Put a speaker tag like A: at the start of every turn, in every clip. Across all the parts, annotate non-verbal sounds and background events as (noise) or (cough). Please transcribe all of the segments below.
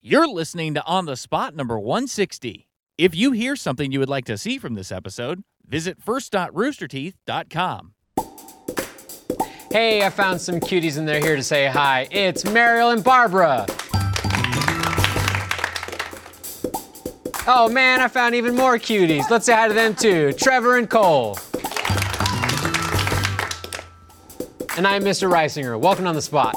A: You're listening to On the Spot number 160. If you hear something you would like to see from this episode, visit first.roosterteeth.com.
B: Hey, I found some cuties and they're here to say hi. It's Mariel and Barbara. Oh man, I found even more cuties. Let's say hi to them too. Trevor and Cole. And I'm Mr. Reisinger. Welcome on the spot.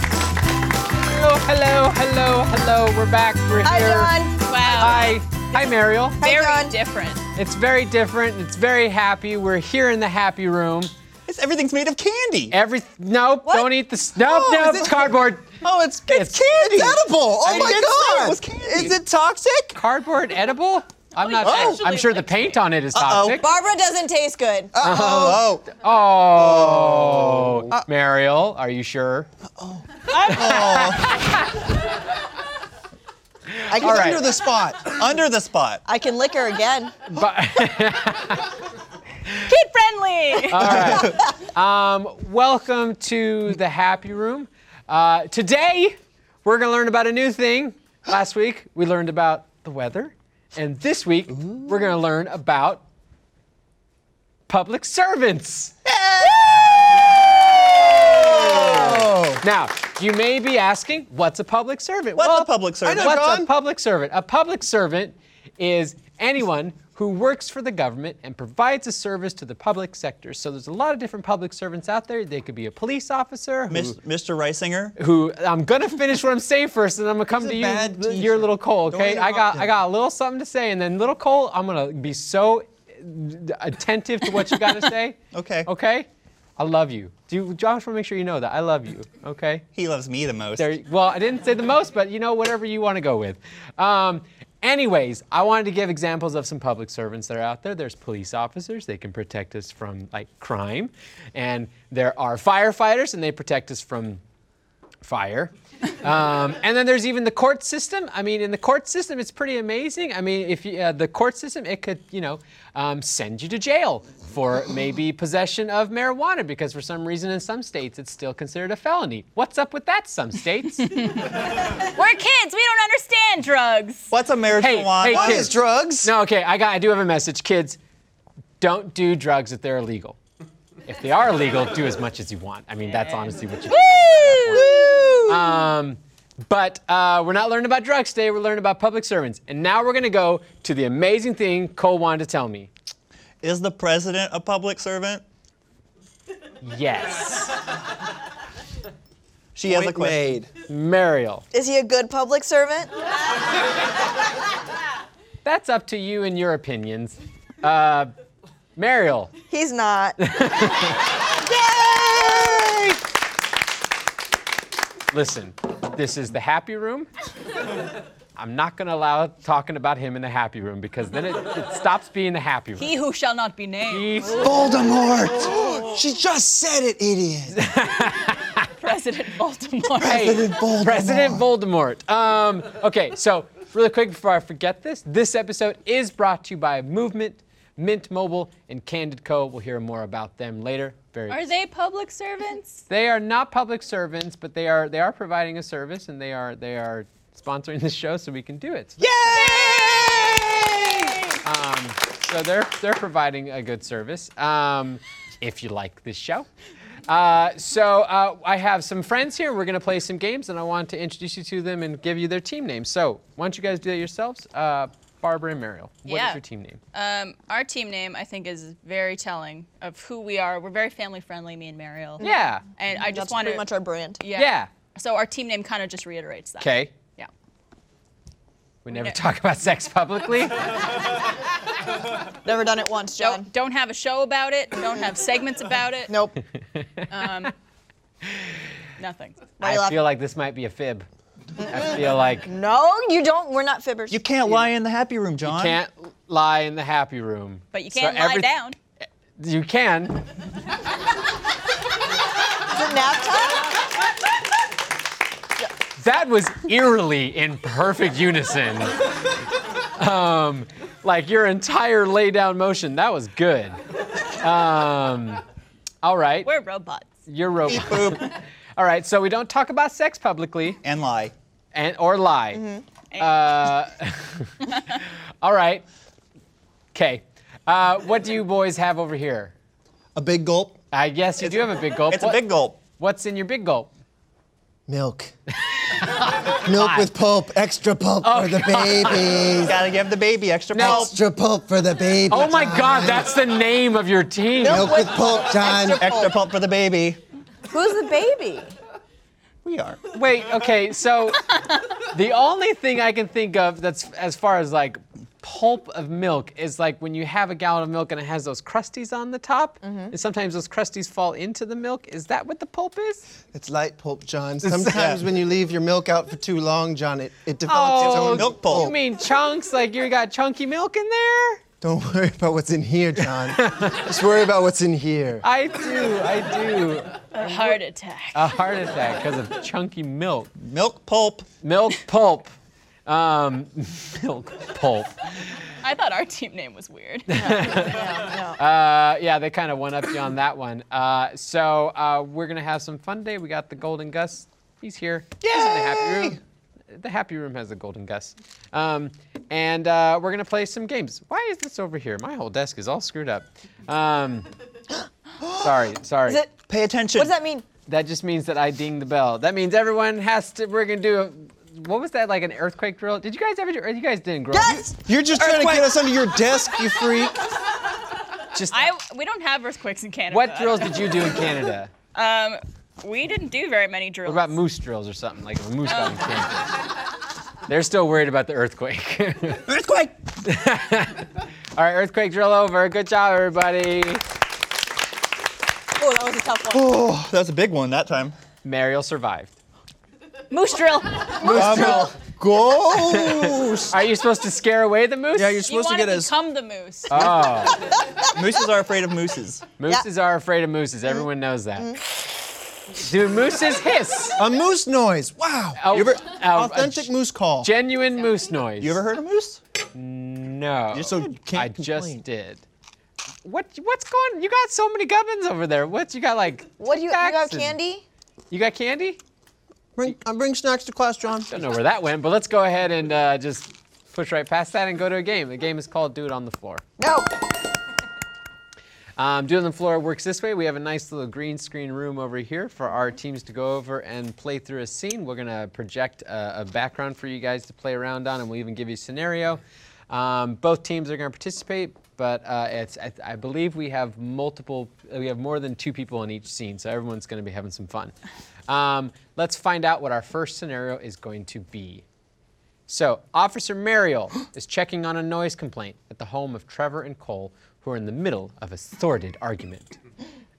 B: Hello, hello, hello, hello. We're back. We're here.
C: Hi, John.
D: Wow.
B: Hi. Hi, Mariel.
D: Very
C: John.
D: different.
B: It's very different. It's very happy. We're here in the happy room.
E: It's, everything's made of candy.
B: Every nope,
C: What?
B: don't eat the s- nope,
E: Oh,
B: nope,
E: is it-
B: cardboard.
E: Oh, it's, it's,
B: It's-
E: candy. It's edible. Oh
B: I
E: my
B: didn't say
E: god.
B: it was candy.
E: Is it toxic?
B: Cardboard edible? I'm not.
D: Oh.
B: I'm sure the paint on it is toxic.
C: Barbara doesn't taste good.
E: Oh.
B: Oh, Mariel, are you sure?
E: I get
B: All right.
E: under the spot. under the spot.
C: I can lick her again.
B: But,
D: Kid friendly.
B: welcome to the happy room. Uh, today, we're gonna learn about a new thing. Last week we learned about the weather, and this week we're gonna learn about public servants.
E: Oh.
B: Now, you may be asking, what's a public servant?
E: What's a public servant? I know,
B: What's a
E: John.
B: public servant? A public servant is anyone who works for the government and provides a service to the public sector. So there's a lot of different public servants out there. They could be a police officer who,
E: Mis- Mr. Reisinger.
B: who I'm gonna finish what I'm saying first, and I'm gonna come
E: He's a
B: to you,
E: bad
B: li-
E: teacher.
B: your little Cole.
E: Don't
B: Okay, I got
E: interrupt
B: I
E: him.
B: got a little something to say, and then little Cole, I'm gonna be so uh, attentive to what you gotta say.
E: Okay.
B: (laughs) Okay. I love you. Do you, Josh? Want to make sure you know that I love you. Okay.
E: He loves me the most.
B: There, well, I didn't say the most, but you know, whatever you want to go with. Um, anyways, I wanted to give examples of some public servants that are out there. There's police officers; they can protect us from like crime, and there are firefighters, and they protect us from fire. Um, and then there's even the court system. I mean, in the court system, it's pretty amazing. I mean, if you, uh, the court system, it could, you know, um, send you to jail for maybe possession of marijuana because for some reason in some states it's still considered a felony. What's up with that? Some states.
D: (laughs) We're kids. We don't understand drugs.
E: What's a marijuana?
B: Hey, hey,
E: what
B: kid.
E: is drugs?
B: No, okay, I got. I do have a message, kids. Don't do drugs if they're illegal. If they are illegal, do as much as you want. I mean, that's honestly what you. Um, but uh, we're not learning about drugs today. We're learning about public servants, and now we're gonna go to the amazing thing Cole wanted to tell me.
E: Is the president a public servant?
B: Yes,
E: She has a question.
B: Mariel.
C: Is he a good public servant?
B: (laughs) That's up to you and your opinions. Uh, Mariel.
C: He's
B: (laughs)
C: not.
B: Listen, this is the happy room. I'm not going to allow talking about him in the happy room because then it, it stops being the happy room.
D: He who shall not be named.
B: He's
E: Voldemort. she just said it, idiot.
C: (laughs)
D: President Baltimore.
B: hey,
E: Voldemort.
B: President Voldemort. Um, okay, so really quick before I forget this, this episode is brought to you by Movement, Mint Mobile, and Candid Co. We'll hear more about them later. Very
D: Are they public servants?
B: They are not public servants, but they are they are providing a service and they are they are sponsoring this show so we can do it. Um, so they're they're providing a good service. Um, if you like this show. Uh, so uh, I have some friends here. We're gonna play some games, and I want to introduce you to them and give you their team names. So why don't you guys do that yourselves? Uh, Barbara and Mariel. What is
D: Yeah.
B: your team name?
D: Um, our team name, I think, is very telling of who we are. We're very family friendly, me and Mariel.
B: yeah.
D: And I just
C: Mm. That's
D: want
C: pretty much
D: to.
C: our brand.
D: Yeah.
B: Yeah.
D: So our team name kind of just reiterates that.
B: Okay.
D: Yeah.
B: We never talk about sex
D: (laughs)
B: publicly.
C: Never done it once, John.
D: Don't, don't have a show about it. Don't have segments
C: (laughs)
D: about it.
C: Nope.
D: Nothing.
C: Why
B: I
C: you laugh?
D: uh,
B: feel like this might be a fib. I feel
D: (laughs)
B: like
C: no, you don't. We're not fibbers.
E: You can't lie in the happy room, John.
B: can't lie in the happy room.
D: But you
B: So
D: can't lie
B: every-
D: down.
B: You can.
C: Is it nap time?
B: That was eerily in perfect unison. Um, like your entire lay down motion. That was good. Um, all right,
D: We're robots.
B: you're
E: Beep,
B: robot.
E: boop,
B: All right, so we don't talk about sex publicly
E: and lie.
B: and or lie.
D: Mm-hmm.
B: Uh, (laughs) all right. Okay. Uh, what do you boys have over here?
E: A big gulp.
B: I guess you do have a big gulp.
E: It's a
B: What-
E: big gulp.
B: What's in your big gulp? (laughs)
E: Milk. Milk with pulp. Extra pulp
B: Oh,
E: for the
B: (laughs)
E: babies.
F: Gotta give the baby extra
B: Now-
F: pulp.
E: Extra pulp for the babies.
B: Oh my God, that's the name of your team.
E: Milk with pulp, John.
F: Extra pulp for the baby.
C: Who's the baby?
F: We are.
B: Wait, okay, so (laughs) the only thing I can think of that's as far as like pulp of milk is like when you have a gallon of milk and it has those crusties on the top, and sometimes those crusties fall into the milk. Is that what the pulp is?
G: It's light pulp, John. Sometimes
E: Yeah.
G: when you leave your milk out for too long, John, it, it develops its
B: Oh,
G: own
E: milk
B: You
E: pulp.
B: mean chunks? Like you got chunky milk in there?
G: Don't worry about what's in
B: (laughs)
G: here, John. Just worry about what's in here.
B: I do, I do.
D: A heart attack.
B: A heart attack because of chunky milk.
E: Milk pulp.
B: Milk pulp. Um, (laughs) milk pulp.
D: I thought our team name
H: (laughs)
D: was weird.
B: Uh, yeah, they kind of went up you on that one. Uh, so uh, we're gonna have some fun today. We got the Golden Gus. He's here. He's in the happy room. The happy room has the Golden Gus. Um, and uh, we're gonna play some games. Why is this over here? My whole desk is all screwed up.
C: (gasps)
B: Um, sorry, sorry.
C: Is it?
F: Pay attention.
C: What does that mean?
B: That just means that I ding the bell. That means everyone has to. We're gonna do. A, what was that like an earthquake drill? Did you guys ever? do You guys didn't grow up.
C: Yes!
G: You're just trying to
F: Earthquake.
G: get us under your desk, you freak.
B: Just
D: I we don't have earthquakes in Canada.
B: what drills did you do in Canada?
D: Um, we didn't do very many drills.
B: What about moose drills or something? Like if a moose got in Canada. They're still worried about the earthquake. (laughs)
F: Earthquake.
B: All right, earthquake drill over. Good job, everybody.
C: Oh, that was a tough one.
F: Oh, that was a big one that time.
B: Mariel survived.
D: Moose drill.
E: Um, Ghost.
B: Are you supposed to scare away the moose?
E: Yeah, you're
D: You
E: supposed to
D: want to
E: get us.
D: become the moose.
H: Uh,
B: Oh,
F: Mooses are afraid of mooses.
B: mooses are afraid of mooses. Everyone knows that. Do mooses hiss?
G: A moose noise. Wow.
B: Oh,
G: You ever-
B: oh, a
G: authentic
B: sh-
G: moose call.
B: Genuine moose noise.
F: You ever heard of moose?
B: No.
G: You're so can't
B: I just
G: complain.
B: did. What what's going? You got so many gubbins over there. What you got like?
C: What do you, you got
B: snacks and-
C: candy?
B: You got candy?
G: Bring, I bring snacks to class, John.
B: Don't know where that went, but let's go ahead and uh, just push right past that and go to a game. The game is called Do It on the Floor.
C: No.
B: Um, Do It on the Floor works this way. We have a nice little green screen room over here for our teams to go over and play through a scene. We're gonna project uh, a, a background for you guys to play around on, and we'll even give you a scenario. Um, both teams are gonna participate, but uh, it's I, I believe we have multiple. We have more than two people in each scene, so everyone's gonna be having some fun. Um, let's find out what our first scenario is going to be. So, Officer Mariel is checking on a noise complaint at the home of Trevor and Cole, who are in the middle of a sordid argument.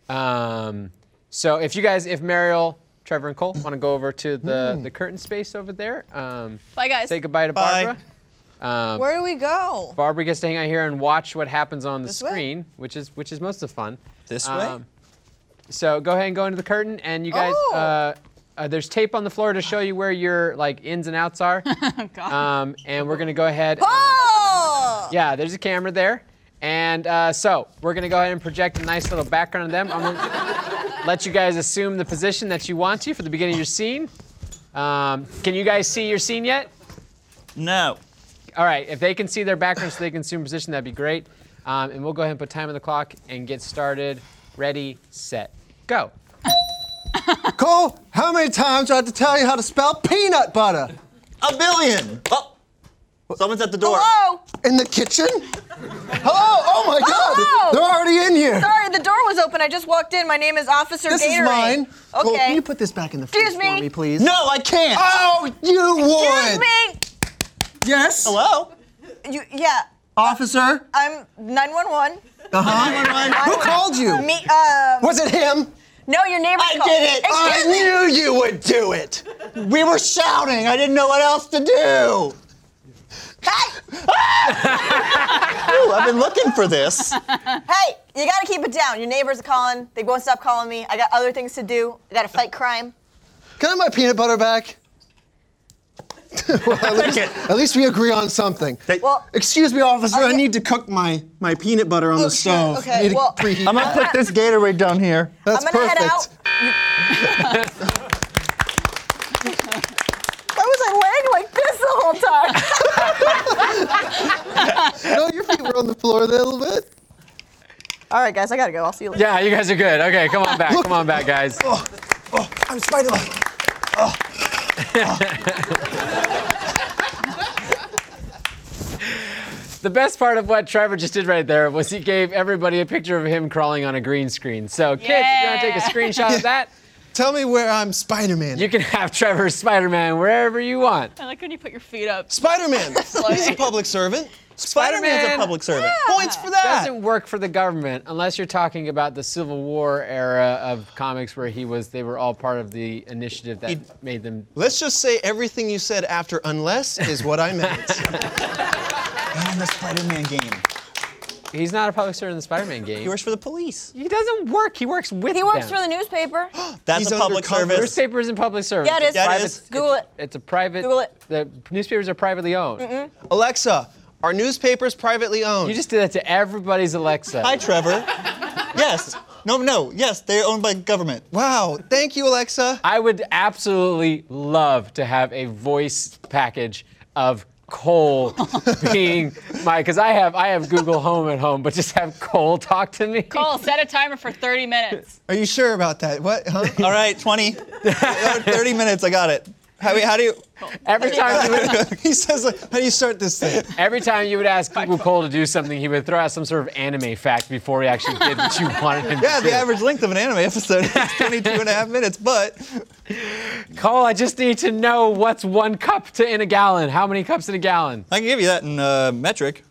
B: Um, so, if you guys, if Mariel, Trevor, and Cole want to go over to the, the curtain space over there, um,
D: Bye, guys.
B: say goodbye to
F: Bye.
B: Barbara.
C: Where do we go?
B: Barbara gets to hang out here and watch what happens on the
C: This way?
B: screen, which is which is most of the fun. Um,
F: This way?
B: So go ahead and go into the curtain, and you guys,
C: Oh.
B: uh, uh, there's tape on the floor to show you where your like ins and outs
C: (laughs)
B: are,
D: God.
B: um, and we're gonna go ahead.
C: Oh!
B: Yeah, there's a camera there. And uh, so we're gonna go ahead and project a nice little background of them. I'm gonna (laughs) let you guys assume the position that you want to for the beginning of your scene. Um, can you guys see your scene yet?
F: No.
B: All right, if they can see their background so they can assume position, that'd be great. Um, and we'll go ahead and put time on the clock and get started. Ready, set, go.
G: Cole, how many times do I have to tell you how to spell peanut butter?
F: A billion. Oh, someone's at the door.
C: Hello?
G: In the kitchen? Hello? Oh my God!
C: Hello!
G: They're already in here.
C: Sorry, the door was open. I just walked in. My name is Officer
G: This
C: Gatorade.
G: is mine. Cole,
C: Okay.
G: can you put this back in the fridge
C: Excuse
G: for
C: me.
G: me, please?
F: No, I can't.
C: Ah.
G: Oh, you
C: Excuse
G: would.
C: me.
G: Yes.
F: Hello.
C: You, yeah,
G: Officer.
C: I'm 911.
G: Who called you?
C: Me, um,
G: Was it him?
C: no, your neighbor
F: I
C: called.
F: did it.
C: Excuse
G: I knew you would do it.
F: We were shouting. I didn't know what else to do.
C: Hey,
F: Ah! (laughs) Ooh, I've been looking for this.
C: hey, you gotta keep it down. Your neighbors are calling. They won't stop calling me. I got other things to do. I gotta fight crime.
G: (laughs) Can I have my peanut butter back? at, least, at least we agree on something.
F: They-
C: Well-
G: Excuse me, officer. I
C: Okay.
G: need to cook my, my peanut butter on
C: Oh,
G: the
C: shit,
G: stove.
C: okay,
G: I need to
C: well-
G: preheat.
F: I'm gonna put this Gatorade down here.
G: That's
C: I'm gonna
G: perfect.
C: head out. (laughs) I was like laying like this the whole time. (laughs)
G: No, your feet were on the floor there a little bit.
C: All right, guys, I gotta go. I'll see you later.
B: Yeah, you guys are good. Okay, come on back. Come on back, guys.
E: Oh, I'm Spider-Man.
B: The best part of what Trevor just did right there was he gave everybody a picture of him crawling on a green screen. So, kids, if you want to take a screenshot of (laughs) that,
G: Tell me where I'm Spider-Man.
B: you can have Trevor's Spider Man wherever you want.
D: I like when you put your
H: (laughs)
D: feet
B: (laughs)
D: up.
G: Spider-Man. He's a public servant.
F: Spider-Man's a
B: Spider-Man.
F: public servant.
G: Points for that.
B: Doesn't work for the government unless you're talking about the Civil War era of comics where he was, they were all part of the initiative that made them.
G: Let's just say everything you said after unless is what I meant. (laughs)
F: And the Spider-Man game.
B: He's not a public servant in the Spider
F: (laughs)
B: Man
F: He
B: game.
F: works for the police.
B: He doesn't work, he works with
C: He works
B: them.
C: for the
B: (gasps)
C: newspaper.
F: That's
G: He's
F: a public
G: undercover.
F: service.
B: (laughs) Newspaper isn't public service.
C: Yeah, it is.
F: Yeah, it
B: Private-
F: is.
C: Google it.
B: It's a private.
C: Google it.
B: The newspapers are privately owned.
G: Alexa, are newspapers privately owned?
B: You just did that to everybody's
C: (laughs)
B: Alexa.
F: Hi, Trevor. yes. No, no. Yes, they're owned by government.
G: wow. Thank you, Alexa.
B: I would absolutely love to have a voice package of
C: (laughs)
B: Cole being my because I have I have Google Home at home, but just have Cole talk to me.
D: Cole, set a timer for 30 minutes.
G: Are you sure about that? What? Huh?
F: All right, 20. Oh, 30 minutes. I got it. How, how do you?
B: Every time you
C: (laughs)
B: would,
G: (laughs) he says, like, how do you start this thing?
B: every time you would ask Google Cole to do something, he would throw out some sort of anime fact before he actually did what you wanted him
F: (laughs) Yeah,
B: to do.
F: the average length of an anime episode is (laughs) 22 and a half minutes, but
B: Cole, I just need to know what's one cup to in a gallon. How many cups in a gallon?
F: I can give you that in uh, metric.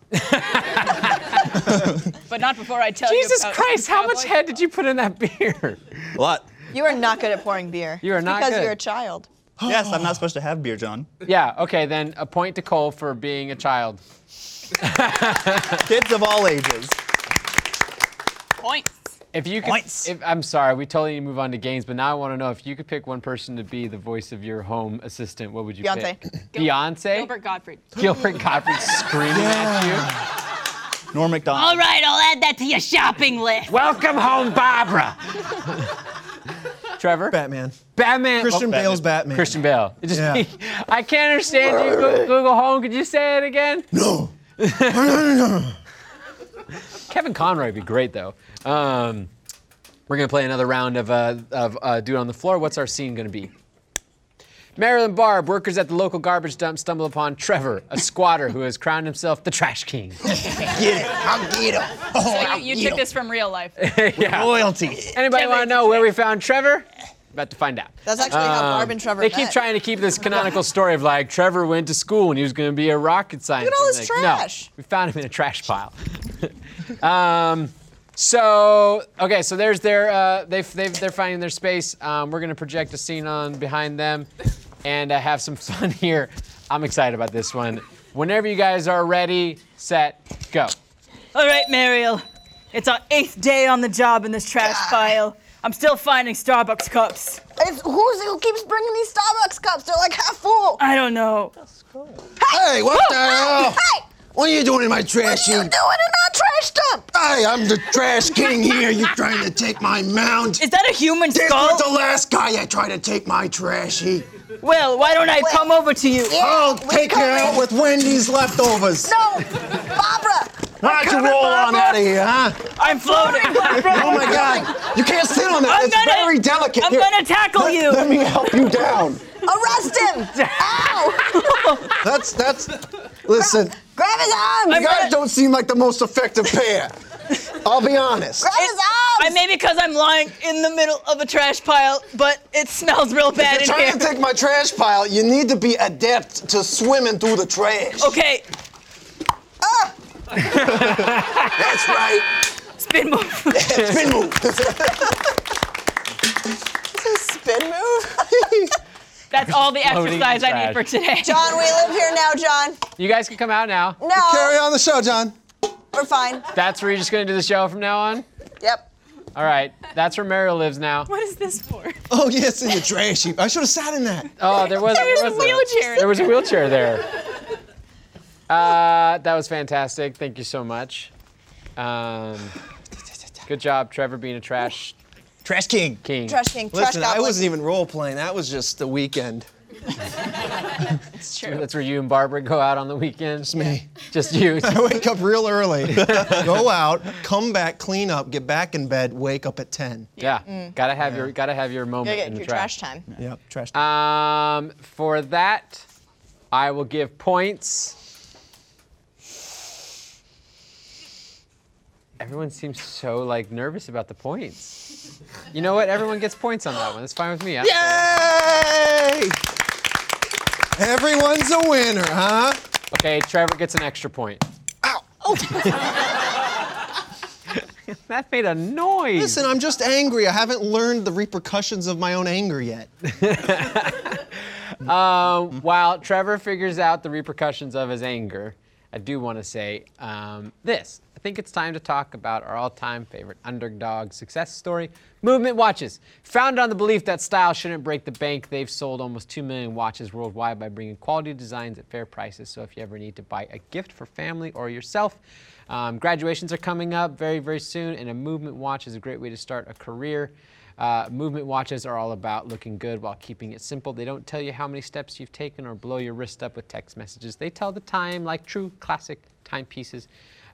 D: But not before I tell you.
B: Jesus
D: about
B: Christ, how much
D: Cowboy.
B: head did you put in that (laughs) beer?
F: A lot.
C: You are not good at pouring beer.
B: You are
C: It's
B: not
C: because
B: good.
C: you're a child.
F: Yes, I'm not supposed to have beer, John.
B: Yeah, okay, then a point to Cole for being a child.
F: Kids of all ages.
D: Points.
B: If you could,
F: Points.
B: if, I'm sorry, we totally need to move on to games, but now I want to know if you could pick one person to be the voice of your home assistant, what would you
C: Beyonce.
B: pick? Beyonce.
D: Gilbert Gottfried.
B: Gilbert
D: (laughs)
B: Gottfried screaming at you.
F: Norm
D: All
F: McDonald.
D: right, I'll add that to your shopping list.
B: Welcome home,
D: (laughs)
B: Barbara. Trevor.
G: Batman.
B: Batman.
G: Christian
B: Oh,
G: Bale's Batman.
B: Christian Bale. It Just,
G: Yeah.
B: (laughs) I can't understand you. Go- Google Home. Could you say it again?
G: No. No, no, no, no.
B: (laughs) Kevin Conroy would be great though. Um, we're gonna play another round of uh, of uh, dude on the floor. What's our scene gonna be? Marilyn Barb, workers at the local garbage dump stumble upon Trevor, a squatter who has crowned himself the trash king.
E: Get it. I'll get him. Oh,
D: So you, you took this from real life.
E: royalty.
B: Anybody want to know where we found Trevor? About to find out.
C: That's actually how Barb and Trevor
B: Um, They keep
C: met.
B: trying to keep this canonical story of like Trevor went to school and he was going to be a rocket scientist.
C: all
B: And
C: this
B: like, no,
C: trash.
B: we found him in a trash pile. (laughs) um, so okay, so there's their uh, they they they're finding their space. Um, we're going to project a scene on behind them, and uh, have some (laughs) fun here. I'm excited about this one. Whenever you guys are ready, set, go.
H: (laughs) All right, Mariel. It's our eighth day on the job in this trash pile. I'm still finding Starbucks cups.
C: It's, who's, who keeps bringing these Starbucks cups? They're like
B: (laughs)
C: half full.
H: I don't know.
G: Hey, what the hell?
C: Hey,
G: What are you doing in my trash?
C: you doing in our trash dump?
G: Hey, I'm the trash king here. You trying to take my mound?
H: Is that a human
G: This
H: skull?
G: was the last guy that tried to take my trash. He.
H: Well, why don't I come over to you?
G: I'll
C: we
G: take it
C: coming.
G: out with Wendy's leftovers.
C: No, Barbara.
G: Why don't you roll on out of here, huh?
H: I'm floating.
G: Oh my God! You can't sit on that.
H: I'm
G: it's
H: gonna-
G: very delicate.
H: I'm
G: Here,
H: gonna tackle
G: let-
H: you.
G: Let me help you down.
C: Arrest him. Ow.
G: That's that's. Listen,
C: Grab his arms.
G: you guys don't seem like the most effective pair. I'll be honest.
C: Grab his arms.
H: (laughs) I maybe because I'm lying in the middle of a trash pile, but it smells real bad
G: If
H: in
G: you're
H: here.
G: trying to take my trash pile, you need to be adept to swimming through the trash.
E: Oh.
H: okay,
C: Ah.
G: That's right.
H: spin (laughs) move.
G: Spin move.
C: Spin move.
D: That's all the
B: Floating
D: exercise I
B: trash.
D: need for today.
H: (laughs)
C: John, we live here now, John.
B: You guys can come out now.
C: No,
G: on the show, John.
C: we're fine.
B: That's where you're just going to do the show from now on.
C: Yep.
B: All right, that's where Mario lives now.
D: What is this for?
E: Oh, yes, in the trash heap. I should have sat in that.
B: Oh, there was,
D: There's
B: there
D: a
B: was
D: wheelchair.
B: There was a wheelchair there. Uh, that was fantastic. Thank you so much. Um, good job, Trevor, being a trash
E: Trash King.
B: king.
C: Trash King, Trash
E: Listen, I
C: Goblin.
E: wasn't even role playing. That was just the weekend.
D: It's true.
B: That's where you and Barbara go out on the weekends.
E: It's me.
B: Just you.
E: I wake up real
G: (laughs)
E: early, go out, come back, clean up, get back in bed, wake up at 10.
B: Yeah. Gotta have your gotta have your
C: Gotta
B: moment
C: get
B: in the
C: your
B: trash.
C: trash time.
E: Yep, trash.
B: Um, for that, I will give points. Everyone seems so like nervous about the points. You know what? Everyone gets points on that one. That's fine with me. I don't
E: Yay!
B: care.
G: Everyone's a winner, huh?
B: Okay, Trevor gets an extra point. (laughs) Ow! that made a noise.
E: Listen, I'm just angry. I haven't learned the repercussions of my own anger yet.
B: While Trevor figures out the repercussions of his anger, I do want to say um, this. I think it's time to talk about our all time favorite underdog success story Movement Watches. Founded on the belief that style shouldn't break the bank, they've sold almost 2 million watches worldwide by bringing quality designs at fair prices. So if you ever need to buy a gift for family or yourself, um, graduations are coming up very, very soon, and a movement watch is a great way to start a career. Uh, movement watches are all about looking good while keeping it simple. They don't tell you how many steps you've taken or blow your wrist up with text messages. They tell the time like true classic timepieces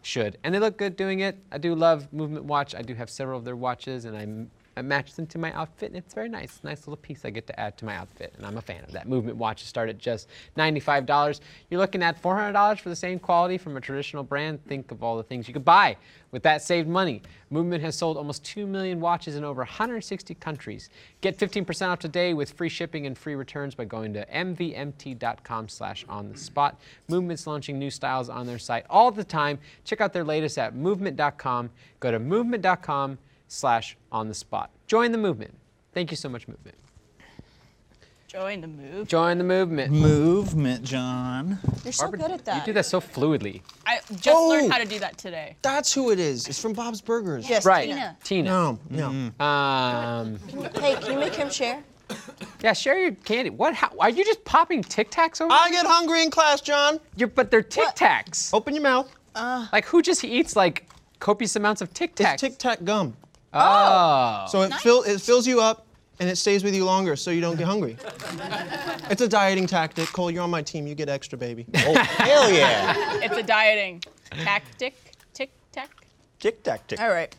B: should. And they look good doing it. I do love Movement Watch. I do have several of their watches and I, m- I match them to my outfit and it's very nice. Nice little piece I get to add to my outfit and I'm a fan of that. Movement Watches start at just $95. You're looking at $400 for the same quality from a traditional brand. Think of all the things you could buy with that saved money. Movement has sold almost 2 million watches in over 160 countries. Get 15% off today with free shipping and free returns by going to mvmt.com slash on the spot. Movement's launching new styles on their site all the time. Check out their latest at movement.com. Go to movement.com slash on the spot. Join the movement. Thank you so much, Movement.
D: Join the move.
B: Join the movement.
F: Movement, John.
C: You're so good at that. Oh.
B: You do that so fluidly.
D: I just learned how to do that today.
E: That's who it is. It's from Bob's Burgers.
C: Yes,
B: Right.
C: Tina.
B: Tina.
E: No, no.
B: Um,
C: Hey, can you make him share?
B: yeah, share your candy. What? How, are you just popping Tic Tacs over?
E: I get hungry in class, John.
B: You're, but they're Tic Tacs.
D: Oh.
E: Open your mouth.
B: Like who just eats like copious amounts of Tic Tacs?
E: It's Tic Tac gum.
B: oh.
E: So it, fill, it fills you up and it stays with you longer so you don't get hungry. it's a dieting tactic. Cole, you're on my team. You get extra, baby.
F: Oh, hell yeah.
D: It's a dieting tactic. Tic tac.
F: Tic tac tic.
C: All right.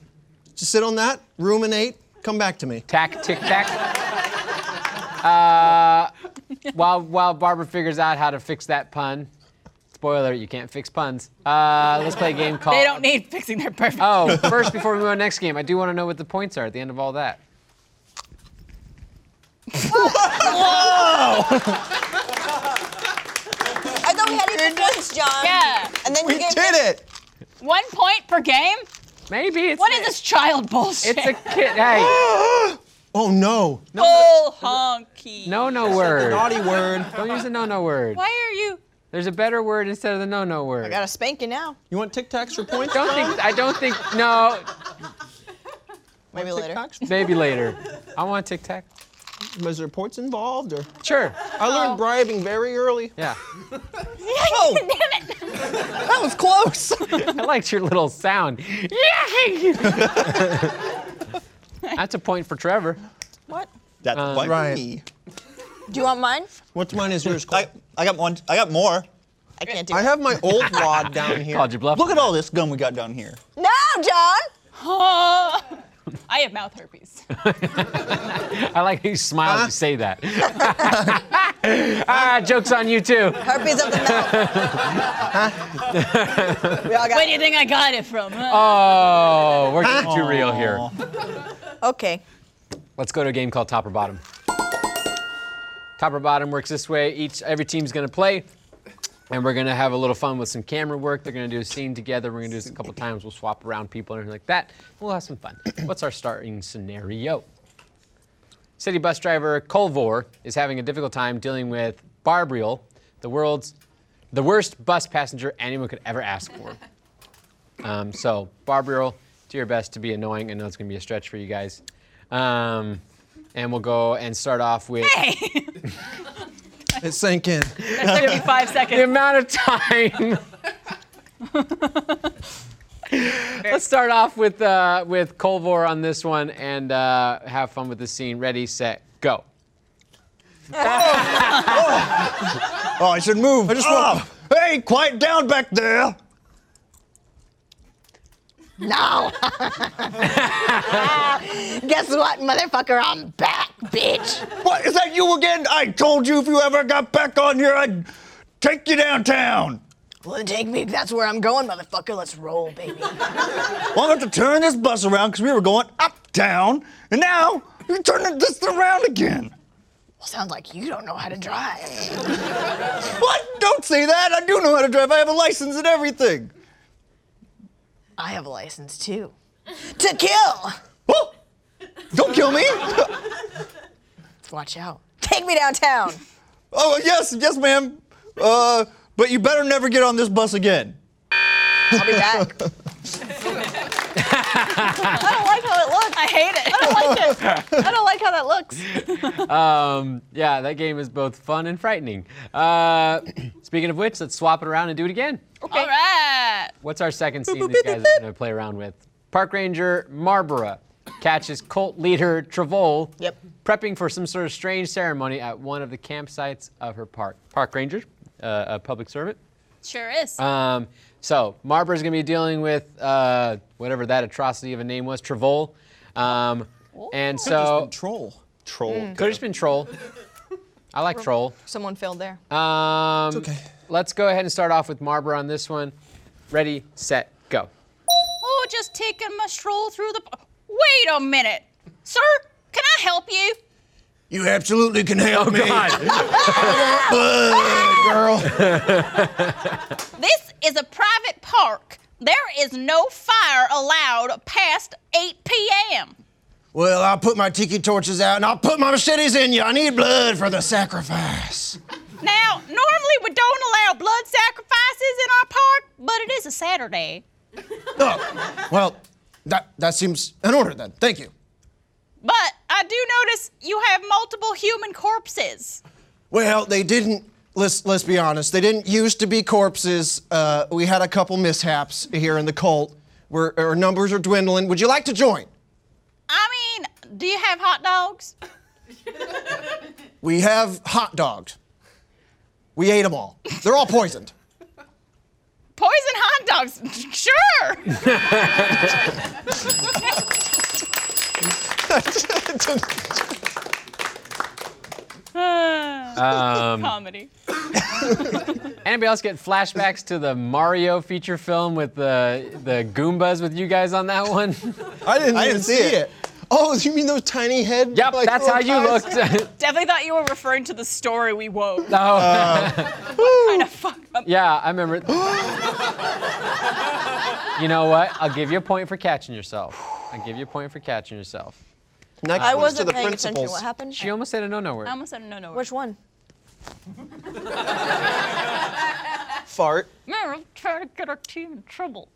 E: Just sit on that, ruminate, come back to me.
B: Tac Tic Tac.
D: (laughs)
B: uh, while while Barbara figures out how to fix that pun, spoiler, you can't fix puns. Uh, let's play a game called.
D: They don't need fixing their
B: (laughs)
D: perfect.
B: Oh, first before we move on to next game, I do want to know what the points are at the end of all that.
C: I thought we had even points, John.
D: Yeah.
C: And then
E: We
C: you
E: did
C: gave
E: it!
D: One point per game?
B: Maybe it's.
D: What is this child
B: (laughs)
D: bullshit?
B: It's a kid. Hey,
D: (laughs)
E: Oh no.
D: bull honky.
B: no no word.
E: Naughty word.
B: Don't use a no no word.
D: Why are you? (laughs)
B: There's a better word instead of the no no word.
C: I gotta spank you now.
E: You want Tic Tacs for points?
B: don't think. I don't think. No.
C: Maybe later.
B: Maybe later. I want Tic Tac.
E: Was there points involved or?
B: Sure.
E: I learned bribing very early.
B: Yeah.
E: Oh,
D: Damn it. (laughs)
E: that was close.
B: I liked your little sound. Yay! That's a point for Trevor.
C: What?
F: That's why
E: Ryan.
F: me.
C: Do you want mine?
E: What's mine is yours, Cole.
F: I, I got one. I got more.
C: I can't do
E: I
C: it.
E: have my
F: (laughs)
E: old wad down here.
B: Called your bluff.
F: Look at all this gum we got down here.
C: No, John!
D: Oh. I have mouth herpes.
B: I like how you smile when you say that. (laughs) ah, joke's on you too.
C: Herpes of the mouth. we all got
D: Where do you think I got it from? huh? (laughs)
B: Oh, we're getting too real here.
C: Okay.
B: Let's go to a game called Top or Bottom. Top or Bottom works this way. Each every team's gonna play, and we're gonna have a little fun with some camera work. They're gonna do a scene together. We're gonna do this a couple times. We'll swap around people and everything like that. We'll have some fun. What's our starting scenario? City bus driver Colvor is having a difficult time dealing with Barbriel, the world's the worst bus passenger anyone could ever ask for. Um, so Barbriel, do do your best to be annoying. I know it's going to be a stretch for you guys. Um, and we'll go and start off with
G: It sank in.
I: That's gonna be five
B: the
I: seconds.
B: amount of time. Let's start off with uh, with Colvor on this one and uh, have fun with the scene. Ready, set, go.
F: Oh, I should move. Ah. I just
J: Oh.
F: want. Hey, quiet down back there.
C: No. (laughs) Guess what, motherfucker? I'm back, bitch.
F: What is that? You again? I told you if you ever got back on here, I'd take you downtown.
C: Well, then take me. That's where I'm going, motherfucker. Let's roll, baby.
F: Well, I'm gonna have to turn this bus around because we were going uptown, and now you're turning this around again.
C: Well, sounds like you don't know how to drive.
F: What? Don't say that. I do know how to drive. I have a license and everything.
C: I have a license too. To kill.
F: Oh! Don't kill me. (laughs)
C: Watch out.
K: Take me downtown.
F: oh yes, yes, ma'am. Uh, but you better never get on this bus again.
K: I'll be back. I don't like how it looks.
D: I hate it.
K: I don't like how that looks.
B: Um, yeah, that game is both fun and frightening. Uh, speaking of which, let's swap it around and do it again.
D: All right.
B: What's our second scene these guys are going to play around with? Park Ranger Marbora catches cult leader Travol
C: Yep.
B: prepping for some sort of strange ceremony at one of the campsites of her park. Park Ranger, uh, a public servant.
D: Sure is.
B: Um, so Marbora's going to be dealing with uh, whatever that atrocity of a name was, Travol. Um, and so
G: Troll.
J: Troll.
B: could have just been Troll. I like Troll.
K: Someone failed there.
B: Um,
G: okay.
B: Let's go ahead and start off with Marbora on this one. Ready, set, go.
D: oh, just taking my stroll through the. Wait a minute, sir. Can I help you?
F: You absolutely can help me. (laughs) girl.
D: This is a private park. There is no fire allowed past 8 p.m.
F: Well, I'll put my tiki torches out and I'll put my machetes in you. I need blood for the sacrifice.
D: Now, normally we don't allow blood sacrifices in our park, but it is a Saturday.
F: Oh, well, that that seems in order then. Thank you.
D: But I do notice you have multiple human corpses.
G: Well,
F: They didn't. Let's let's be honest. They didn't used to be corpses. Uh, we had a couple mishaps here in the cult. We're, our numbers are dwindling. Would you like to join?
D: I mean, do you have hot dogs?
F: We have (laughs) hot dogs. We ate them all. They're all poisoned.
D: Poison hot dogs? (laughs) Sure. Comedy.
B: Anybody else get flashbacks to the Mario feature film with the the Goombas with you guys on that one?
G: I didn't,
F: I
G: even
F: didn't see it.
G: Oh, you mean those tiny head?
B: Yep,
G: like,
B: that's how
G: little
B: you
G: eyes?
B: looked. (laughs) Oh.
D: Definitely thought you were referring to the story we wove.
B: no.
D: kind of fuck up.
B: Yeah, I remember. you know what? I'll give you a point for catching yourself. I'll give you a point for catching yourself.
G: Next
K: I
G: one's
K: wasn't
G: to the
K: paying attention.
G: principals.
K: What happened?
B: She almost said a no-no word.
D: I almost said no, no.
K: Which one?
G: Fart.
D: Remember, I'm trying to get our team in trouble.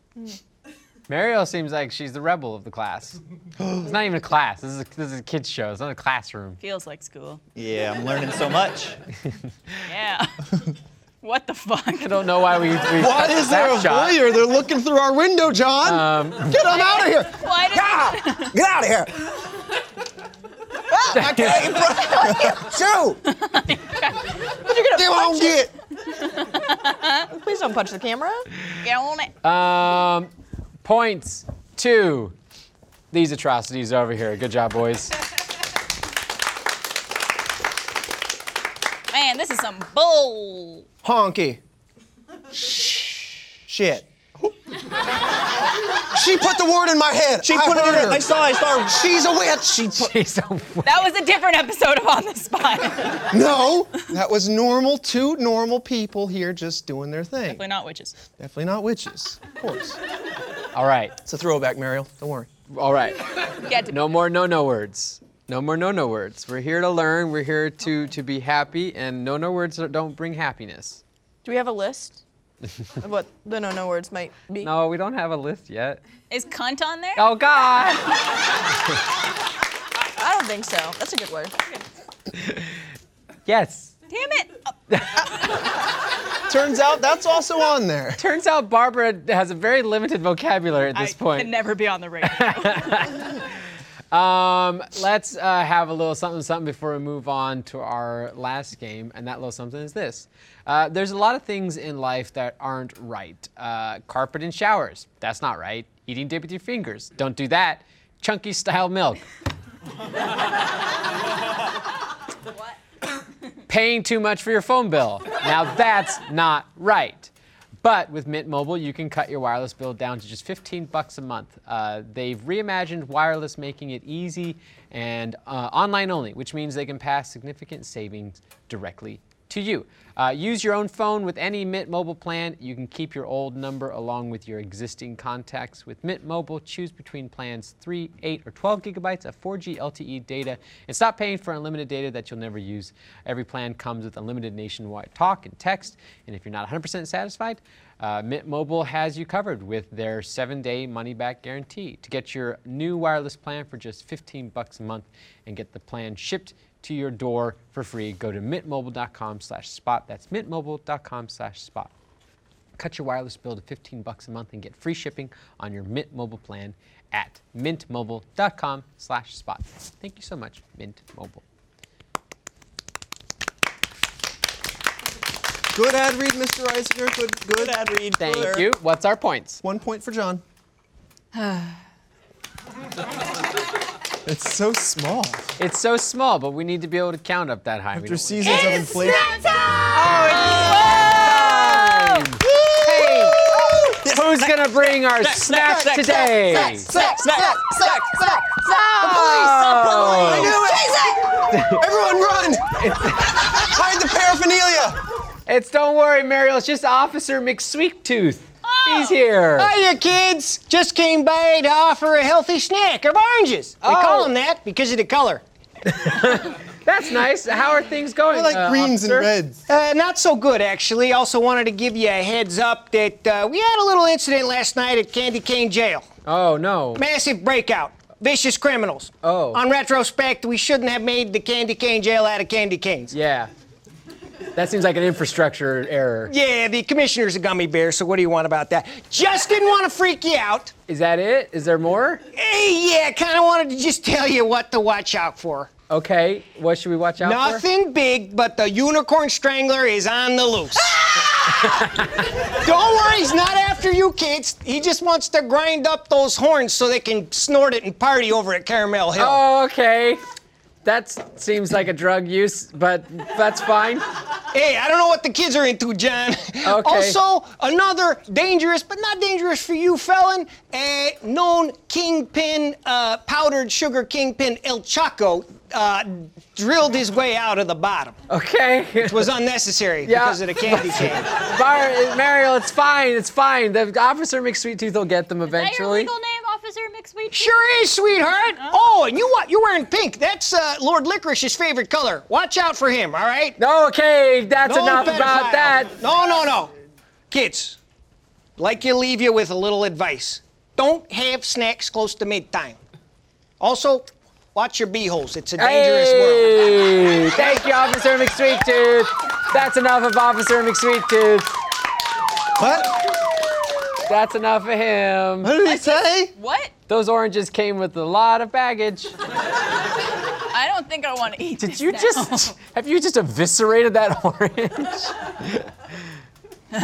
B: Mariel seems like she's the rebel of the class. it's not even a class. This is a, this is a kids show. It's not a classroom.
D: Feels like school.
J: Yeah, I'm learning so much.
D: (laughs) Yeah. what the fuck?
B: I don't know why we. we
G: Why is there a
B: shot.
G: voyeur? They're looking through our window, John.
B: Uh.
F: Get them out of here.
D: Why did
F: Get out of here. Ah, I can't bro. (laughs) Shoot. They won't get.
K: Please don't punch the camera.
D: get on it?
B: Um, points to these atrocities over here. Good job, boys. (laughs)
D: Man, this is some bull.
G: Honky.
F: Shit. she put the word in my head.
G: She put it in
F: heard
G: her-
F: her.
G: I saw- I saw her.
F: She's a witch. She put,
B: Jeez, so
D: That was a different episode of On the Spot. Definitely
G: No, that was normal. Two normal people here just doing their thing.
D: not witches.
G: Definitely not witches, of course.
B: All right,
G: It's a throwback, Mariel. Don't worry.
B: all right.
D: Get to
B: No more no-no words. No more no-no words. We're here to learn. We're here to to be happy, and no-no words don't bring happiness.
K: Do we have a list?
L: But they don't know where it's might be.
B: No, we don't have a list yet.
D: Is cunt on there?
B: Oh God!
L: I don't think so. That's a good word.
B: yes.
D: Damn it. Uh,
E: Turns out that's also on
B: (laughs)
E: there.
B: Turns out Barbara has a very limited vocabulary at this
H: I
B: point.
H: can never be on the
D: (laughs)
H: radio.
B: Um, let's uh, have a little something something before we move on to our last game, and that little something is this. Uh, there's a lot of things in life that aren't right. Uh, carpet and showers, that's not right. Eating dip with your fingers, don't do that. Chunky style milk. Paying too much for your phone bill, now that's not right. But with Mint Mobile, you can cut your wireless bill down to just 15 bucks a month. Uh, they've reimagined wireless, making it easy and uh, online only, which means they can pass significant savings directly to you. Uh, use your own phone with any Mint Mobile plan. You can keep your old number along with your existing contacts. With Mint Mobile, choose between plans 3, 8, or 12 gigabytes of 4G LTE E data and stop paying for unlimited data that you'll never use. Every plan comes with unlimited nationwide talk and text, and if you're not 100% satisfied, uh, Mint Mobile has you covered with their seven-day money-back guarantee. To get your new wireless plan for just 15 bucks a month and get the plan shipped to your door for free, go to mintmobile.com/spot. That's mintmobile.com/spot. Cut your wireless bill to 15 bucks a month and get free shipping on your Mint Mobile plan at mintmobile.com/spot. Thank you so much, Mint Mobile.
E: Good ad read, Mr. Reisinger. Good, good.
F: Good ad read.
B: Thank
F: Blur.
B: you. What's our points?
E: One point for
F: (sighs)
E: John. it's so small.
B: It's so small, but we need to be able to count up that high. We
E: After
B: don't-
E: seasons of inflation.
B: Hey, who's gonna bring our snack
F: snack, snack,
B: today?
F: Snack, snack.
L: Sack, sack,
B: Oh.
E: I knew it! Everyone run! Hide the paraphernalia!
B: It's don't worry, Mariel. It's just Officer McSweettooth.
D: Oh.
B: He's here.
M: Hiya, kids! Just came by to offer a healthy snack of oranges. We
B: Oh.
M: call them that because of the color.
B: That's nice. How are things going?
E: I like
B: uh,
E: greens
B: officer?
E: and reds.
M: Uh, not so good, actually. Also wanted to give you a heads up that uh, we had a little incident last night at Candy Cane Jail.
B: Oh no.
M: Massive breakout. Vicious criminals.
B: Oh.
M: On retrospect, we shouldn't have made the Candy Cane Jail out of candy canes.
B: Yeah. That seems like an infrastructure error.
M: Yeah, the commissioner's a gummy bear, so what do you want about that? Just didn't want to freak you out.
B: Is that it? Is there more?
M: Hey, yeah, kind of wanted to just (laughs) tell you what to watch out for.
B: Okay. What should we watch out for?
M: Nothing big, but the unicorn strangler is on the loose. Don't worry, he's not after you kids. He just wants to grind up those horns so they can snort it and party over at Caramel Hill.
B: Oh, okay. That seems like a drug use, but that's fine.
M: Hey, I don't know what the kids are into, John.
B: Okay.
M: Also, another dangerous, but not dangerous for you, felon, a known kingpin, uh, powdered sugar kingpin El Chaco, uh, drilled his way out of the bottom.
B: Okay. (laughs)
M: Was unnecessary
B: Yeah.
M: because of the
B: (laughs)
M: candy cane.
B: Bar- Mariel, it's fine. It's fine. The officer McSweet Tooth will get them
D: Is that your
B: eventually.
D: legal name, Officer McSweet?
M: Sure is, sweetheart. Oh, and you what? You're wearing pink. That's uh, Lord Licorice's favorite color. Watch out for him, all right?
B: Okay, that's
M: No
B: enough
M: pedophile.
B: about that.
M: No, no, no. Kids, like you leave you with a little advice. Don't have snacks close to midtime. Also, watch your beeholes. It's a dangerous
B: Hey,
M: world.
B: Thank you, Officer McSweet Tooth. That's enough of Officer McSweet Tooth.
E: What?
B: That's enough of him.
E: What did he say?
D: What?
B: Those oranges came with a lot of baggage.
D: I don't think I want to eat
B: Did
D: this
B: you
D: now.
B: just have you just eviscerated that (laughs) orange?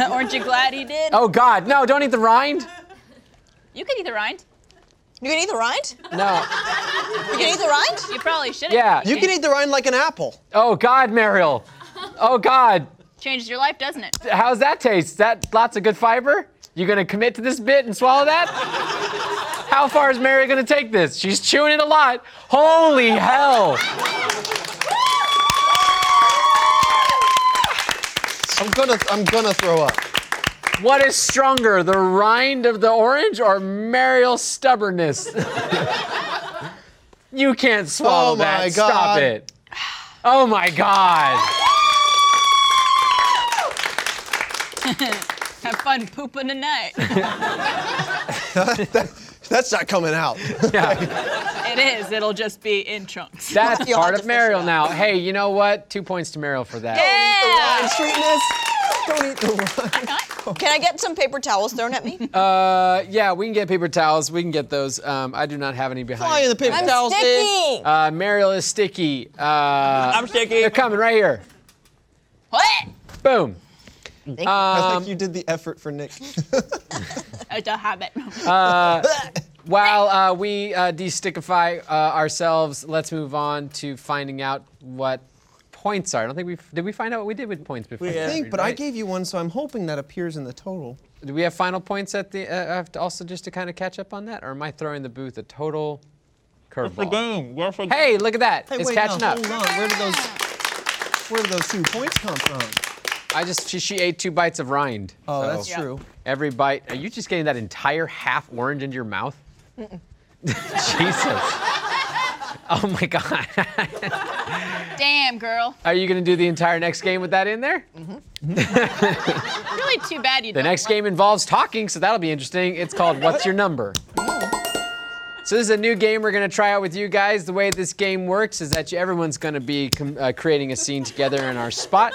D: (laughs) Aren't you glad he did?
B: Oh God, no! Don't eat the rind.
D: You could eat the rind.
C: You can eat the rind?
B: No.
C: You can eat the rind?
D: You probably shouldn't.
B: Yeah.
E: You can eat the rind like an apple.
B: Oh God, Mariel. Oh God,
D: Changes your life, doesn't it?
B: how's that taste? That lots of good fiber? You gonna commit to this bit and swallow that? How far is Mary gonna take this? She's chewing it a lot. Holy hell!
E: I'm gonna, I'm gonna throw up.
B: What is stronger, the rind of the orange or Mariel's stubbornness? (laughs) you can't swallow
E: Oh my
B: that. Stop
E: God.
B: it.
E: (sighs)
B: Oh my God.
D: Have fun pooping tonight.
G: That's not coming out.
D: it is. It'll just be in trunks.
B: That's part of Mariel now. Hey, you know what? Two points to Mariel for that.
D: Yeah.
E: Sweetness.
C: Don't eat the one. Can I get some paper towels thrown at me?
B: Uh, yeah, we can get paper towels. We can get those. Um, I do not have any behind.
E: Fly in the paper
C: I'm
E: towels, dude.
C: sticky.
B: Uh, Mariel is sticky. Uh, I'm
F: sticky.
B: They're coming right here.
D: What?
B: Boom.
E: I
M: Um,
E: think you did the effort for
M: (laughs)
E: Nick.
D: It's a habit.
B: While uh, we uh, de-stickify uh, ourselves, let's move on to finding out what points are. I don't think we did. We find out what we did with points before.
E: I think, but I
B: Right.
E: gave you one, so I'm hoping that appears in the total.
B: Do we have final points at the? Uh, uh, to- also, just to kind of catch up on that, or am I throwing the booth a total curveball?
F: game. Yes, a
B: Hey, look at that! it's
E: now,
B: catching up.
E: Hold on. Where did those? Where did those two points come from?
B: I just she, she ate two bites of rind.
E: Oh,
B: so
E: that's true.
B: Every bite. Are you just getting that entire half orange into your mouth? (laughs) Jesus. Oh my God.
D: Damn, girl.
B: Are you going to do the entire next game with that in there?
D: Really too bad you
B: The next game involves talking, so that'll be interesting. It's called What's Your Number? So this is a new game we're gonna try out with you guys. The way this game works is that you, everyone's gonna be com- uh, creating a scene together in our spot.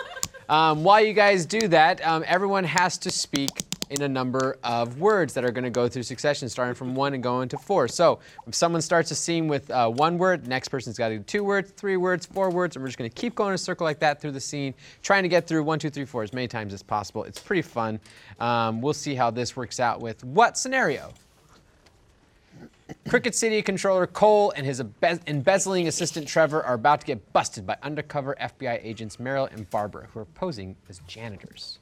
B: Um, while you guys do that, um, everyone has to speak in a number of words that are gonna go through succession, starting from one and going to four. So if someone starts a scene with uh, one word, next person's gotta do two words, three words, four words, and we're just gonna keep going in a circle like that through the scene, trying to get through one, two, three, four as many times as possible. It's pretty fun. Um, we'll see how this works out with what scenario. Cricket City controller Cole and his embe- embezzling assistant Trevor are about to get busted by undercover FBI agents Merrill and Barbara, who are posing as janitors.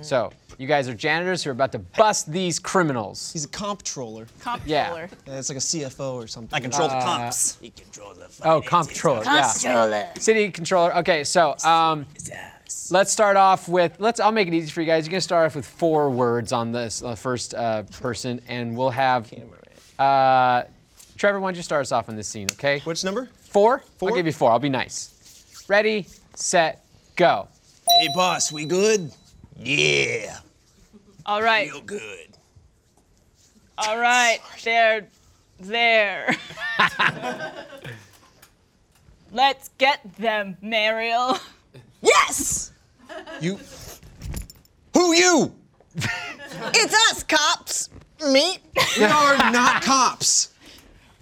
B: So, you guys are janitors who are about to bust these criminals.
E: He's a comptroller.
B: Yeah.
D: comptroller.
E: Yeah, It's like a CFO or something.
F: I control the comps. He controls the
B: Uh, Oh,
F: finances.
B: comptroller. Yeah. City controller. Okay, so um, let's start off with. Let's. I'll make it easy for you guys. You're gonna start off with four words on this uh, first uh, person, and we'll have. Uh, Trevor, why don't you start us off on this scene? Okay.
E: Which number?
B: Four? I'll
E: Four?
B: give you four. I'll be nice. Ready, set, go.
F: Hey, boss, we good? Yeah,
H: All right,
F: real good.
H: all right, they're there. (laughs) Let's get them, Mariel.
C: Yes!
E: You. Who you?
C: (laughs) It's us, cops. Me?
E: We are not cops.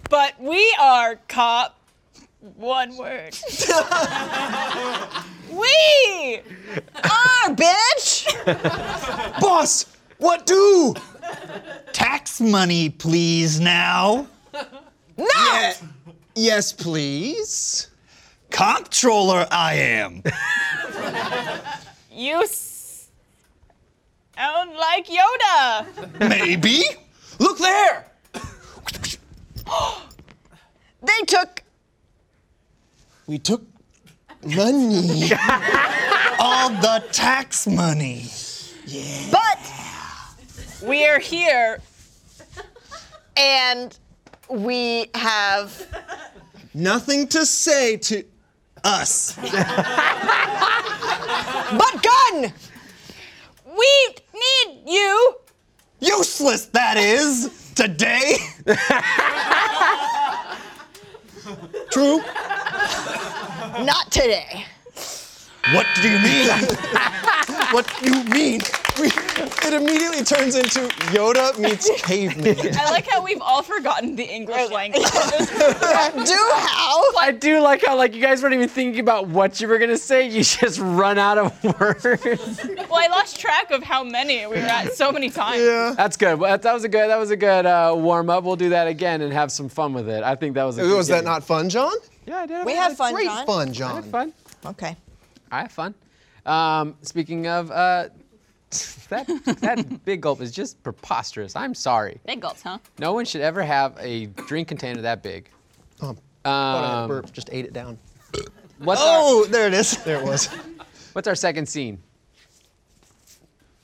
H: But we are cop. One word. we
C: Our bitch!
E: Boss, what do?
F: Tax money, please, now.
C: No!
E: Yes, please.
F: Comptroller, I am.
H: you s- sound like Yoda.
F: Maybe. Look there.
C: (gasps) They took
E: We took
C: (laughs)
E: money.
F: All the tax money.
C: but
H: We are here.
C: and we have
E: Nothing to say to
F: Us.
C: butt gun!
H: We need you.
F: Useless, that is. Today.
E: true.
C: Not today.
F: What do you mean?
E: What you mean? We, it immediately turns into Yoda meets
F: (laughs)
E: caveman.
H: I like how we've all forgotten the English language.
C: Do how?
B: I do like how like you guys weren't even thinking about what you were gonna say. You (laughs) just run out of words. (laughs)
H: well, I lost track of how many we were at so many times.
B: That's good. Well, that, that was a good. That was a good uh, warm up. We'll do that again and have some fun with it. I think that was. A good
E: Was that
B: game.
E: not fun, John?
B: Yeah, I did.
C: We had fun,
E: Great
C: John.
E: fun,
B: I
E: John.
B: had fun.
C: Okay.
B: I had fun. Um, speaking of, uh, (laughs) that that big gulp is just preposterous. I'm sorry.
D: Big gulps, huh?
B: No one should ever have a drink container that big.
E: Um, thought I had a burp, just ate it down.
B: What's our-
E: Oh, there it
G: (laughs)
E: is. There it was.
B: What's our second scene?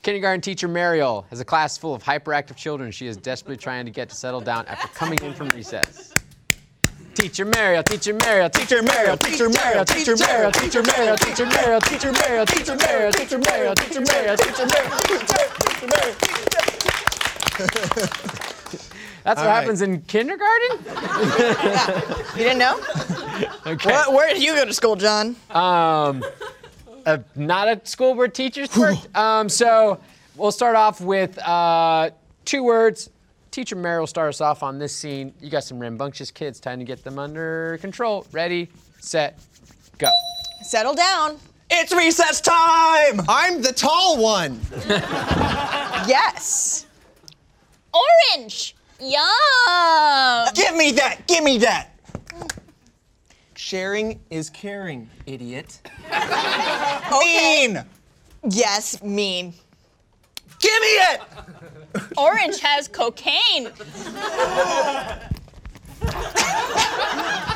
B: Kindergarten teacher Mariel has a class full of hyperactive children she is desperately trying to get to settle down after coming in from recess. Teacher Mariel, Teacher Mariel, Teacher Mariel, Teacher Mariel, Teacher Mariel, Teacher Mariel, Teacher Mariel, Teacher Mariel, Teacher Mariel, Teacher Mariel, Teacher Mariel, Teacher Mariel, Teacher Mariel. That's
C: All
B: what
C: right.
B: happens in kindergarten.
C: You didn't know?
B: Okay.
C: Where- where did
B: you go to school, John? Um, uh, not a school where teachers worked. Um, so we'll start off with uh, two words. Teacher Merrill start us off on this scene. You got some rambunctious kids. Time to get them under control. Ready, set, go.
C: Settle down.
F: It's recess time!
G: I'm the tall one.
C: yes.
D: Orange. Yum.
F: (laughs) Give me that! Give me that!
E: Sharing is caring,
F: (laughs)
E: idiot.
F: Mean!
L: Yes, mean.
F: Give me it!
D: Orange has cocaine.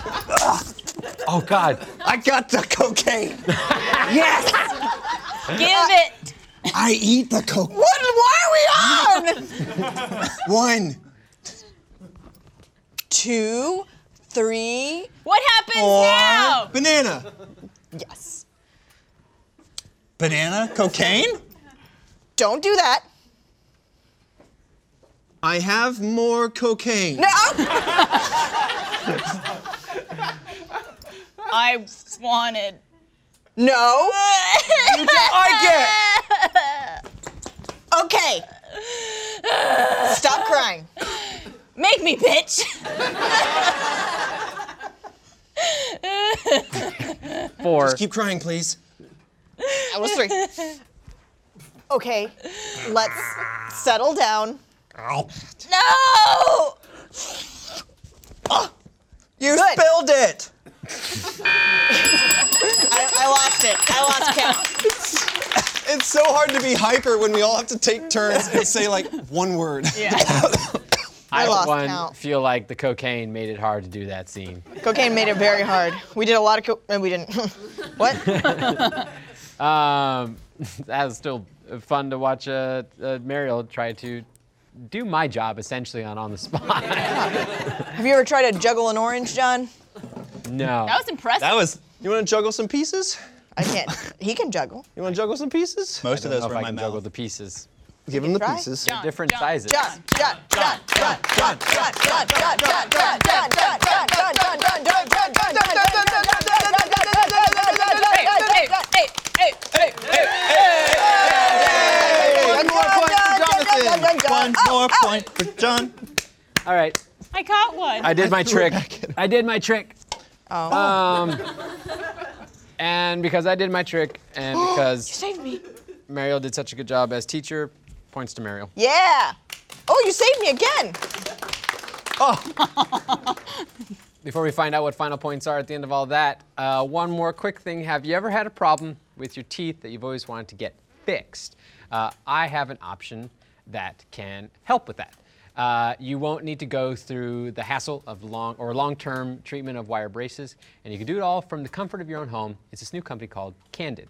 B: Oh God.
F: I got the cocaine.
L: Yes!
D: Give it.
F: I eat the cocaine.
L: What? Why are we on?
F: One.
L: Two, three.
D: What happens now?
F: Banana.
L: Yes.
F: Banana? Cocaine?
L: Don't do that. (laughs)
G: I have more cocaine.
D: I wanted.
L: No.
D: You don't
L: Okay. Stop crying.
D: Make me, bitch.
B: Four.
G: Keep crying, please.
L: That was three. Okay. Let's settle down.
D: No.
F: You spilled it!
L: I, I lost it. I lost count.
G: It's so hard to be hyper when we all have to take turns and say like one word.
B: I,
L: lost
B: one
L: count.
B: feel like the cocaine made it hard to do that scene.
L: Cocaine made it very hard. We did a lot of co- and we didn't. (laughs) what?
B: Um, that was still fun to watch uh, uh, Mariel try to do my job essentially on on the (laughs) spot.
L: Have you ever tried to juggle an orange, John?
B: no.
D: That was impressive.
F: That was.
G: (laughs) You want to juggle some pieces?
L: I can't. He can juggle.
G: You want to juggle some pieces?
F: Most of
B: I
F: those
B: don't know if
F: were
B: I
F: in my
B: can
F: mouth.
B: juggle the pieces.
G: Give him the
L: Try.
G: pieces.
B: They're different
D: John,
B: sizes.
L: John, John, John, John, John, John, John, John, John, John, John, John, John, John, John, John, John, John, John, John, John, John, John, John, John, John, John, John, John, John, John, John, John.
D: Hey, hey, hey, hey, hey, hey.
G: One more point for Jonathan.
F: One more point for John.
B: All right,
D: I caught one.
B: I did my trick. I did my trick.
L: Oh. (laughs)
B: Um, and because I did my trick,
L: (gasps)
B: and because
L: Saved me.
B: Mariel did such a good job as teacher, points to Mariel.
L: Yeah. Oh, you saved me again.
B: Before we find out what final points are at the end of all that, uh, one more quick thing. Have you ever had a problem with your teeth that you've always wanted to get fixed? Uh, I have an option that can help with that. Uh, you won't need to go through the hassle of long or long-term treatment of wire braces, and you can do it all from the comfort of your own home. It's this new company called Candid.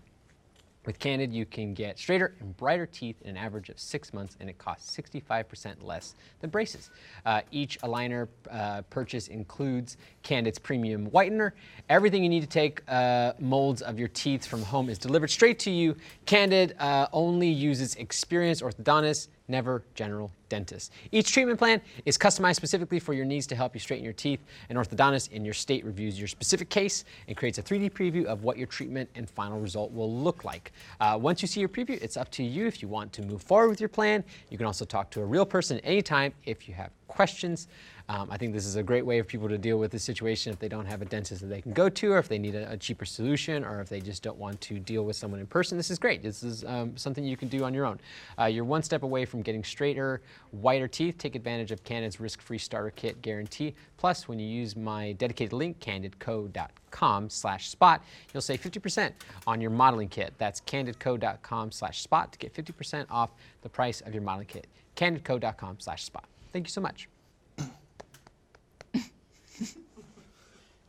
B: With Candid, you can get straighter and brighter teeth in an average of six months, and it costs 65% less than braces. Uh, each aligner uh, purchase includes Candid's premium whitener. Everything you need to take uh, molds of your teeth from home is delivered straight to you. Candid uh, only uses experienced orthodontists, never general dentists. Each treatment plan is customized specifically for your needs to help you straighten your teeth. An orthodontist in your state reviews your specific case and creates a 3D preview of what your treatment and final result will look like. Uh, once you see your preview, it's up to you if you want to move forward with your plan. You can also talk to a real person anytime if you have questions. Um, I think this is a great way for people to deal with this situation if they don't have a dentist that they can go to, or if they need a, a cheaper solution, or if they just don't want to deal with someone in person. This is great. This is um, something you can do on your own. Uh, you're one step away from getting straighter, whiter teeth. Take advantage of Candid's risk-free starter kit guarantee. Plus, when you use my dedicated link, candidco.com slash spot, you'll save 50% on your modeling kit. That's candidco.com slash spot to get 50% off the price of your modeling kit. candidco.com slash spot. Thank you so much.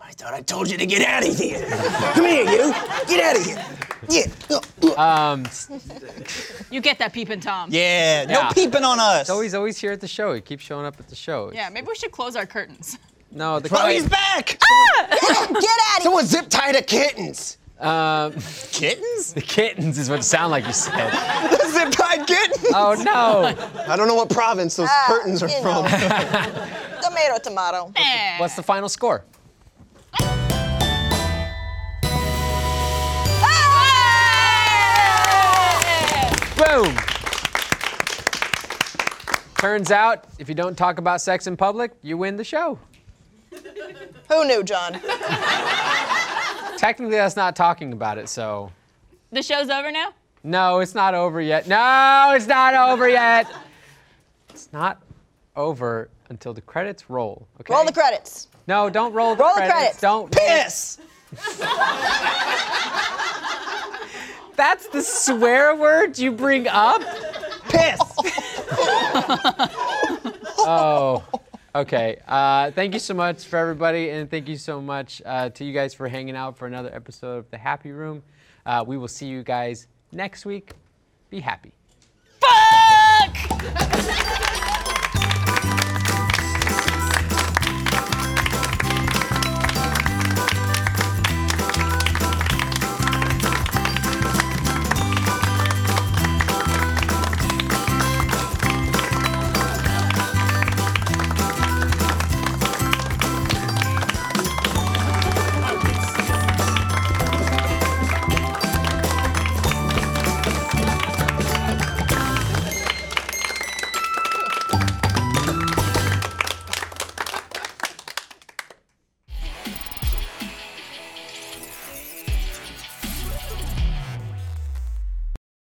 F: I thought I told you to get out of here. Come here, you. Get out of here. Yeah.
D: You get that peeping Tom.
F: Yeah. No
B: Yeah.
F: peeping on us.
B: He's always here at the show. He keeps showing up at the show.
D: Yeah, maybe we should close our curtains.
B: No,
C: (laughs)
B: the
F: Oh,
B: kite-
F: he's back!
C: Get, out of here.
F: Someone zip tied a kittens.
B: Um, (laughs)
F: Kittens?
B: the kittens is what it sounded like you said.
C: (laughs)
F: The zip tied kittens.
B: Oh no!
G: I don't know what province those
C: Ah,
G: curtains are
C: you
G: from.
C: know. tomato, tomato.
D: Eh.
B: What's the final score? Boom! Turns out, if you don't talk about sex in public, you win the show.
C: Who knew, John?
B: Technically, that's not talking about it, so.
D: The show's over now?
B: No, it's not over yet. No, it's not over yet. It's not over until the credits roll. Okay?
C: Roll the credits.
B: No, don't roll the
C: Roll the
B: credits.
C: credits.
B: Don't roll-
F: Piss.
B: That's the swear word you bring up?
F: Piss.
B: (laughs) Oh. Okay. Uh, thank you so much for everybody, and thank you so much uh, to you guys for hanging out for another episode of The Happy Room. Uh, we will see you guys next week. Be happy.
D: Fuck!